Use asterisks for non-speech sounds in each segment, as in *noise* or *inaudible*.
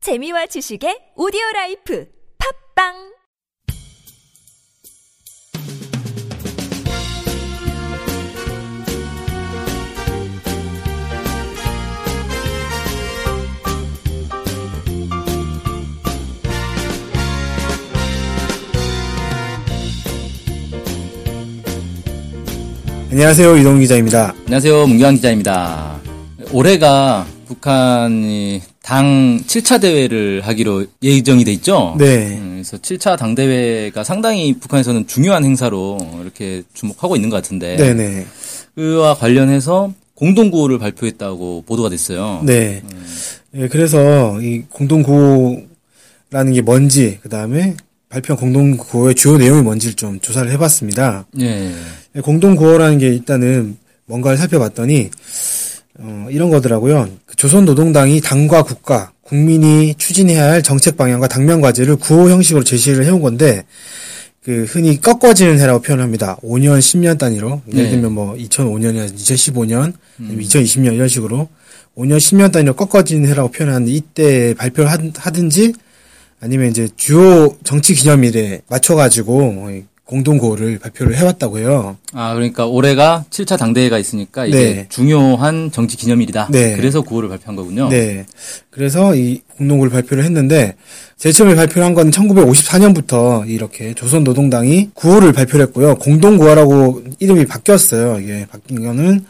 재미와 지식의 오디오 라이프 팝빵 안녕하세요 이동 기자입니다. 안녕하세요. 문경환 기자입니다. 올해가 북한이 당 7차 대회를 하기로 예정이 돼 있죠? 네. 음, 그래서 7차 당대회가 상당히 북한에서는 중요한 행사로 이렇게 주목하고 있는 것 같은데. 네, 네, 그와 관련해서 공동구호를 발표했다고 보도가 됐어요. 네. 예, 그래서 이 공동 구호라는 게 뭔지 그 다음에 발표한 공동 구호의 주요 내용이 뭔지를 좀 조사를 해봤습니다. 예. 예, 공동 구호라는 게 일단은 뭔가를 살펴봤더니 어, 이런 거더라고요. 그 조선노동당이 당과 국가, 국민이 추진해야 할 정책 방향과 당면 과제를 구호 형식으로 제시를 해온 건데. 그 흔히 꺾어지는 해라고 표현합니다. 5년, 10년 단위로 예를 네. 들면 뭐 2005년이나 2015년, 2020년 이런 식으로 5년, 10년 단위로 꺾어지는 해라고 표현하는데 이때 발표를 하- 하든지 아니면 이제 주요 정치 기념일에 맞춰가지고 공동고를 발표를 해왔다고 해요. 아, 그러니까 올해가 7차 당대회가 있으니까 이게 네. 중요한 정치 기념일이다. 네. 그래서 구호를 발표한 거군요. 네. 그래서 이 공동고를 발표를 했는데 제일 처음에 발표를 한 건 1954년부터 이렇게 조선노동당이 구호를 발표를 했고요. 공동구호라고 이름이 바뀌었어요. 이게 바뀐 거는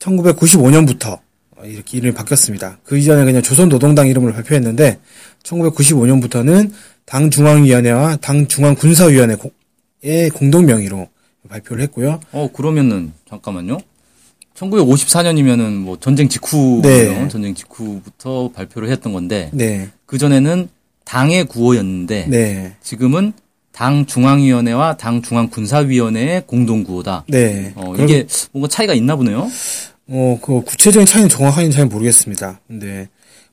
1995년부터 이렇게 이름이 바뀌었습니다. 그 이전에 그냥 조선노동당 이름으로 발표했는데 1995년부터는 당 중앙위원회와 당 중앙군사위원회의 공동 명의로 발표를 했고요. 어, 그러면은 잠깐만요. 1954년이면은 뭐 전쟁 직후 뭐 네. 전쟁 직후부터 발표를 했던 건데 네. 그 전에는 당의 구호였는데 네. 지금은 당 중앙위원회와 당 중앙군사위원회의 공동 구호다. 네. 어, 그럼- 이게 뭔가 차이가 있나 보네요. 어, 그 구체적인 차이는 정확하게는 잘 모르겠습니다. 근데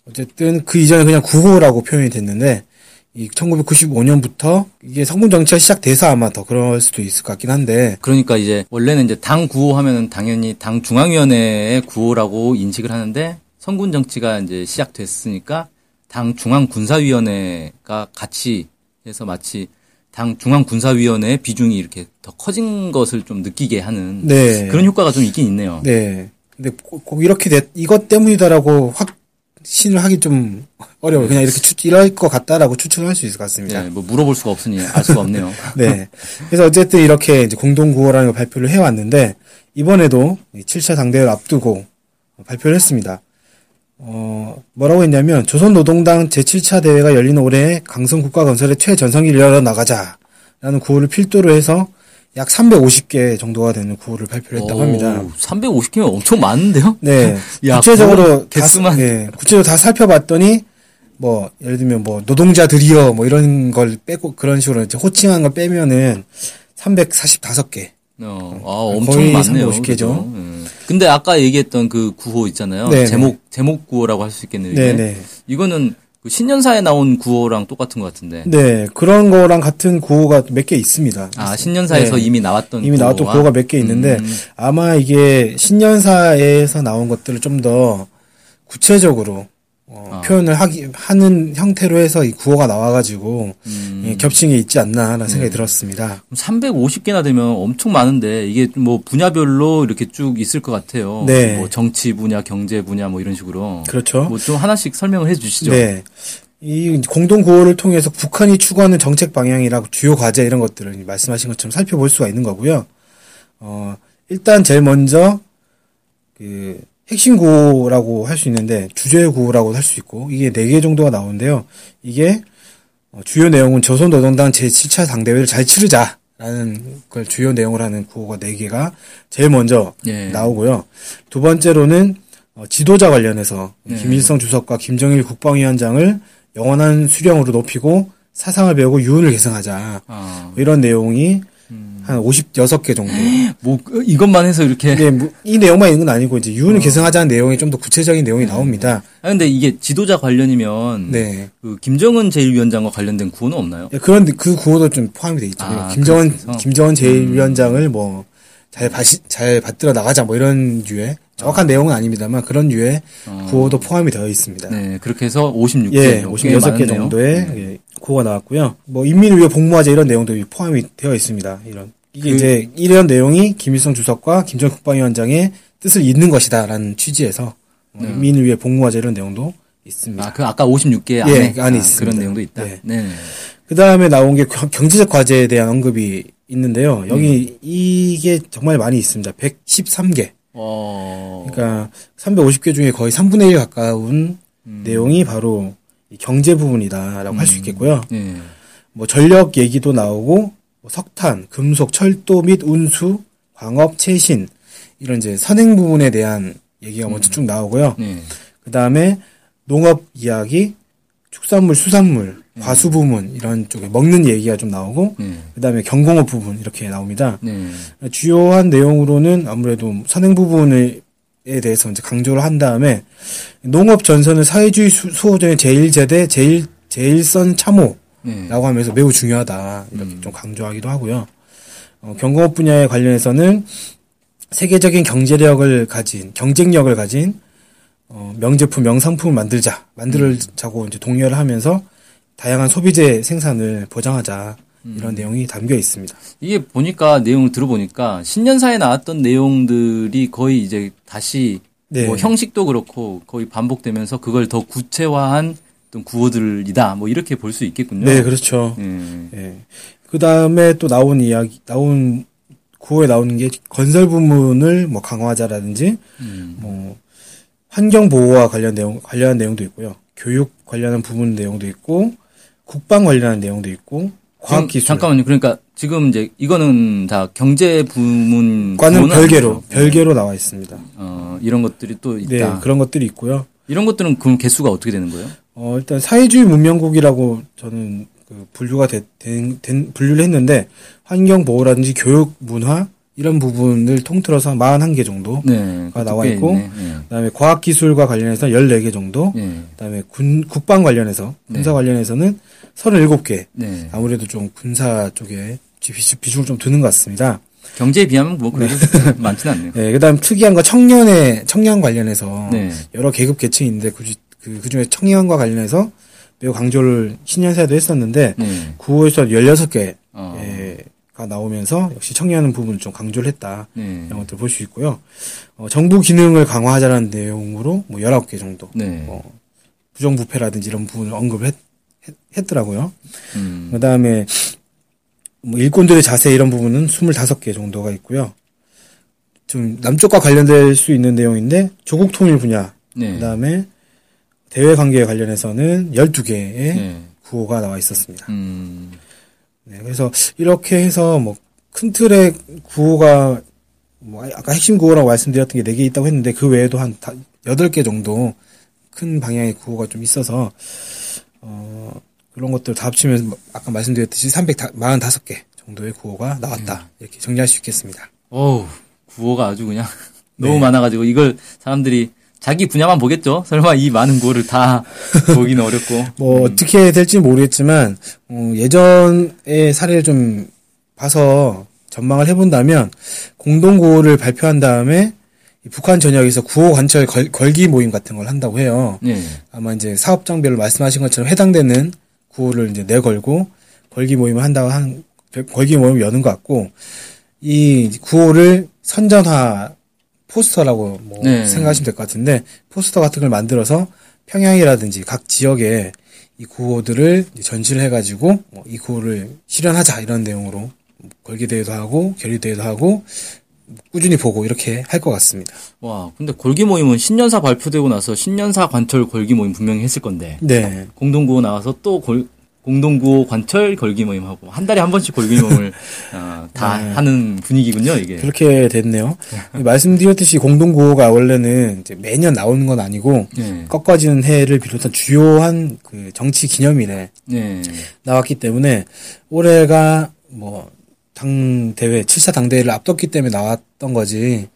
어쨌든 그 이전에 그냥 구호라고 표현이 됐는데 이 1995년부터 이게 성군 정치가 시작돼서 아마 더 그럴 수도 있을 것 같긴 한데 그러니까 이제 원래는 이제 당 구호 하면은 당연히 당 중앙위원회의 구호라고 인식을 하는데 선군 정치가 이제 시작됐으니까 당 중앙군사위원회가 같이 해서 마치 당 중앙군사위원회의 비중이 이렇게 더 커진 것을 좀 느끼게 하는 네. 그런 효과가 좀 있긴 있네요. 네. 근데 꼭, 꼭 이렇게 됐, 이것 때문이다라고 확신을 하기 좀 어려워요. 그냥 이렇게 추, 이럴 것 같다라고 추측할 수 있을 것 같습니다. 네, 뭐 물어볼 수가 없으니 알 수가 없네요. *laughs* *laughs* 네. 그래서 어쨌든 이렇게 이제 공동구호라는 걸 발표를 해왔는데, 이번에도 이 7차 당대회를 앞두고 발표를 했습니다. 어, 뭐라고 했냐면, 조선노동당 제7차 대회가 열리는 올해 강성국가건설의 최전성기를 열어나가자. 라는 구호를 필두로 해서 약 350개 정도가 되는 구호를 발표를 했다고 합니다. 350개면 엄청 많은데요? 네. *laughs* 야, 구체적으로 그건 다, 개수만. 예, 구체적으로 다 살펴봤더니 뭐 예를 들면 뭐 노동자들이여 뭐 이런 걸 빼고 그런 식으로 이제 호칭한 걸 빼면은 345개. 어, 아, 엄청 네. 거의 많네요. 350 그죠? 개죠. 예. 근데 아까 얘기했던 그 구호 있잖아요. 네네. 제목 제목 구호라고 할 수 있겠네요. 이게. 네, 네. 이거는 그 신년사에 나온 구호랑 똑같은 것 같은데. 네. 그런 거랑 같은 구호가 몇 개 있습니다. 아 신년사에서 네. 이미 나왔던 이미 나왔던 구호와? 구호가 몇 개 있는데 음, 아마 이게 신년사에서 나온 것들을 좀 더 구체적으로 어, 아. 표현을 하기 하는 형태로 해서 이 구호가 나와가지고 음. 네. 예, 겹친 게 있지 않나라는 생각이 들었습니다. 350개나 음, 되면 엄청 많은데 이게 뭐 분야별로 이렇게 쭉 있을 것 같아요. 네. 뭐 정치 분야, 경제 분야 뭐 이런 식으로. 그렇죠. 뭐 좀 하나씩 설명을 해주시죠. 네. 이 공동 구호를 통해서 북한이 추구하는 정책 방향이나 주요 과제 이런 것들을 말씀하신 것처럼 살펴볼 수가 있는 거고요. 어, 일단 제일 먼저 그 핵심 구호라고 할 수 있는데 주제 구호라고 할 수 있고 이게 네 개 정도가 나오는데요. 이게 어, 주요 내용은 조선노동당 제7차 당대회를 잘 치르자라는 걸 주요 내용을 하는 구호가 네개가 제일 먼저 예. 나오고요. 두 번째로는 어, 지도자 관련해서 네. 김일성 주석과 김정일 국방위원장을 영원한 수령으로 높이고 사상을 배우고 유운을 계승하자. 아, 음. 이런 내용이 한 56개 정도. 뭐 그- 이것만 해서 이렇게. 네, 뭐, 이 내용만 있는 건 아니고 이제 어. 유운을 계승하자는 내용이 좀 더 구체적인 내용이 나옵니다. 아 근데 이게 지도자 관련이면 네. 그 김정은 제1위원장과 관련된 구호는 없나요? 예, 그런 그 구호도 좀 포함이 돼 있죠. 아, 음. 김정은 그래서? 김정은 제1위원장을 뭐 잘 바시, 잘 받들어 나가자 뭐 이런 류의 정확한 내용은 아닙니다만 그런 류의 구호도 포함이 되어 있습니다. 어. 네, 그렇게 해서 56개, 예, 꽤 56개 많네요. 음. 정도의 예, 구호가 나왔고요. 뭐 인민을 위해 복무하자 이런 내용도 포함이 되어 있습니다. 이런 이게 그 이제 이런 내용이 김일성 주석과 김정일 국방위원장의 뜻을 잇는 것이다라는 취지에서 뭐 인민을 위해 복무하자 이런 내용도 있습니다. 음. 아, 그 아까 56개 예, 안에, 그 아, 안에 있습니다. 그런 내용도 있다. 예. 네. 그 다음에 나온 게 경- 경제적 과제에 대한 언급이 있는데요. 음. 여기 이게 정말 많이 있습니다. 113개. 어, 그러니까 350개 중에 거의 3분의 1 가까운 음. 내용이 바로 이 경제 부분이다라고 할 수 있겠고요. 네. 뭐 전력 얘기도 나오고 뭐 석탄, 금속, 철도 및 운수, 광업, 최신 이런 이제 선행 부분에 대한 얘기가 먼저 쭉 나오고요. 네. 그 다음에 농업 이야기, 축산물, 수산물, 과수 부문 이런 쪽에 먹는 얘기가 좀 나오고 네. 그 다음에 경공업 부분 이렇게 나옵니다. 네. 주요한 내용으로는 아무래도 선행 부분에 대해서 이제 강조를 한 다음에 농업 전선은 사회주의 수- 수호전의 제1제대, 제1, 제1선 참호 네. 라고 하면서 매우 중요하다 이렇게 좀 강조하기도 하고요. 어, 경공업 분야에 관련해서는 세계적인 경제력을 가진 경쟁력을 가진 어, 명제품 명상품을 만들자 만들자고 이제 독려를 하면서 다양한 소비재 생산을 보장하자 이런 내용이 담겨 있습니다. 이게 보니까 내용을 들어보니까 신년사에 나왔던 내용들이 거의 이제 다시 네. 뭐 형식도 그렇고 거의 반복되면서 그걸 더 구체화한 어떤 구호들이다. 뭐 이렇게 볼 수 있겠군요. 네 그렇죠. 예. 예. 그 다음에 또 나온 이야기, 나온, 구호에 나오는 게 건설 부문을 뭐 강화하자라든지, 음. 뭐, 환경 보호와 관련 내용, 관련한 내용도 있고요. 교육 관련한 부분 내용도 있고, 국방 관련한 내용도 있고, 과학 지금 기술. 잠깐만요. 그러니까 지금 이제 이거는 다 경제 부문 과는 부문은 별개로, 아니죠. 별개로 나와 있습니다. 어, 이런 것들이 또 있다. 네, 그런 것들이 있고요. 이런 것들은 그럼 개수가 어떻게 되는 거예요? 어, 일단 사회주의 문명국이라고 저는 그 분류가 되- 된, 된- 분류를 했는데, 환경 보호라든지 교육, 문화, 이런 부분을 통틀어서 41개 정도 네. 가 그것도 아, 나와 꽤 있고, 있네. 예. 그다음에 과학기술과 관련해서 14개 정도, 예. 그다음에 군 국방 관련해서 군사 관련해서는 37개. 네. 아무래도 좀 군사 쪽에 비중, 비중을 좀 두는 것 같습니다. 경제에 비하면 뭐 그래도 *laughs* 많진 않네요. 네, 그다음 특이한 건 청년의 청년 관련해서 네. 여러 계급 계층이 있는데 굳이 그 그중에 청년과 관련해서 매우 강조를 신년사에도 했었는데 네. 구호에서 16개 예, 어. 가 나오면서 역시 청년 부분을 좀 강조를 했다. 네. 이런 것들 볼 수 있고요. 어, 정부 기능을 강화하자는 내용으로 뭐 19개 정도 네. 어, 부정부패라든지 이런 부분을 언급을 했, 더라고요 음. 그 다음에, 뭐, 일꾼들의 자세 이런 부분은 25개 정도가 있고요. 좀, 남쪽과 관련될 수 있는 내용인데, 조국 통일 분야. 네. 그 다음에, 대외 관계에 관련해서는 12개의 네. 구호가 나와 있었습니다. 음. 네, 그래서, 이렇게 해서, 뭐, 큰 틀의 구호가, 뭐, 아- 아까 핵심 구호라고 말씀드렸던 게 4개 있다고 했는데, 그 외에도 한 다- 8개 정도 큰 방향의 구호가 좀 있어서, 어, 그런 것들 다 합치면, 뭐 아까 말씀드렸듯이 345개 정도의 구호가 나왔다. 이렇게 정리할 수 있겠습니다. 어우, 구호가 아주 그냥 *laughs* 너무 네. 많아가지고 이걸 사람들이 자기 분야만 보겠죠? 설마 이 많은 구호를 다 *laughs* 보기는 어렵고. 뭐, 어떻게 될지 모르겠지만, 어, 예전의 사례를 좀 봐서 전망을 해본다면, 공동구호를 발표한 다음에, 이 북한 전역에서 구호 관철 걸, 걸기 모임 같은 걸 한다고 해요. 네. 아마 이제 사업장별로 말씀하신 것처럼 해당되는 구호를 이제 내걸고 걸기 모임을 한다고 한 걸기 모임을 여는 것 같고 이 구호를 선전화 포스터라고 뭐 네. 생각하시면 될 것 같은데 포스터 같은 걸 만들어서 평양이라든지 각 지역에 이 구호들을 이제 전시를 해가지고 뭐이 구호를 실현하자 이런 내용으로 걸기 대회도 하고 결의 대회도 하고 꾸준히 보고 이렇게 할 것 같습니다. 와, 근데 골기 모임은 신년사 발표되고 나서 신년사 관철 골기 모임 분명히 했을 건데. 네. 공동구호 나와서 또 골, 공동구호 관철 걸기 모임 하고 한 달에 한 번씩 골기 *laughs* 모임을 어, 다 하는 분위기군요, 이게. 예. 그렇게 됐네요. 예. 말씀드렸듯이 공동구호가 원래는 이제 매년 나오는 건 아니고 네. 꺾어지는 해를 비롯한 주요한 그 정치 기념일에 네. 나왔기 때문에 올해가 뭐 당 대회 7차 당 대회를 앞뒀기 때문에 나왔던 거지.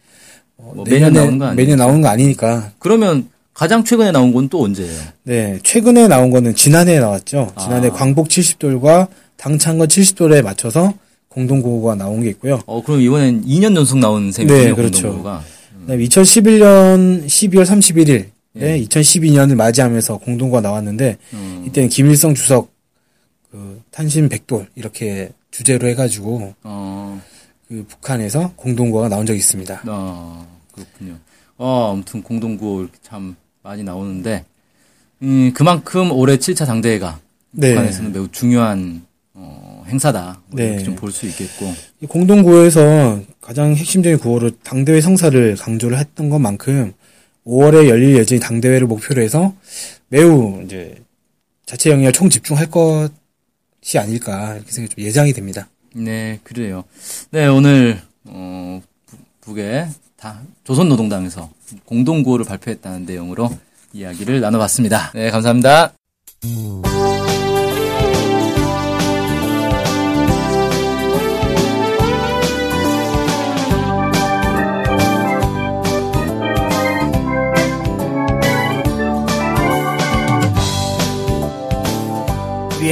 어, 뭐 매년 내년에- 나오는 거 아니에요? 매년 나오는 거 아니니까. 그러면 가장 최근에 나온 건 또 언제예요? 네, 최근에 나온 거는 지난해에 나왔죠. 지난해 아. 광복 70돌과 당창건 70돌에 맞춰서 공동구호가 나온 게 있고요. 어, 그럼 이번엔 2년 연속 나온 셈이군요. 네, 그렇죠. 공동구호가. 그다음에 2011년 12월 31일에 2012년을 맞이하면서 공동구가 나왔는데 이때는 김일성 주석 그 탄신 백돌 이렇게 주제로 해가지고 어, 그 북한에서 공동구가 나온 적이 있습니다. 어, 그렇군요. 어, 아무튼 공동구호 이렇게 참 많이 나오는데, 음, 그만큼 올해 7차 당대회가 네. 북한에서는 매우 중요한 어, 행사다. 뭐 네. 이렇게 좀 볼 수 있겠고. 이 공동구호에서 가장 핵심적인 구호로 당대회 성사를 강조를 했던 것만큼 5월에 열릴 예정인 당대회를 목표로 해서 매우 이제 자체 영역을 총 집중할 것이 아닐까 이렇게 생각이 좀 예상이 됩니다. 네, 그래요. 네, 오늘 어, 북- 북의 다 조선노동당에서 공동구호를 발표했다는 내용으로 이야기를 나눠봤습니다. 네, 감사합니다. 우리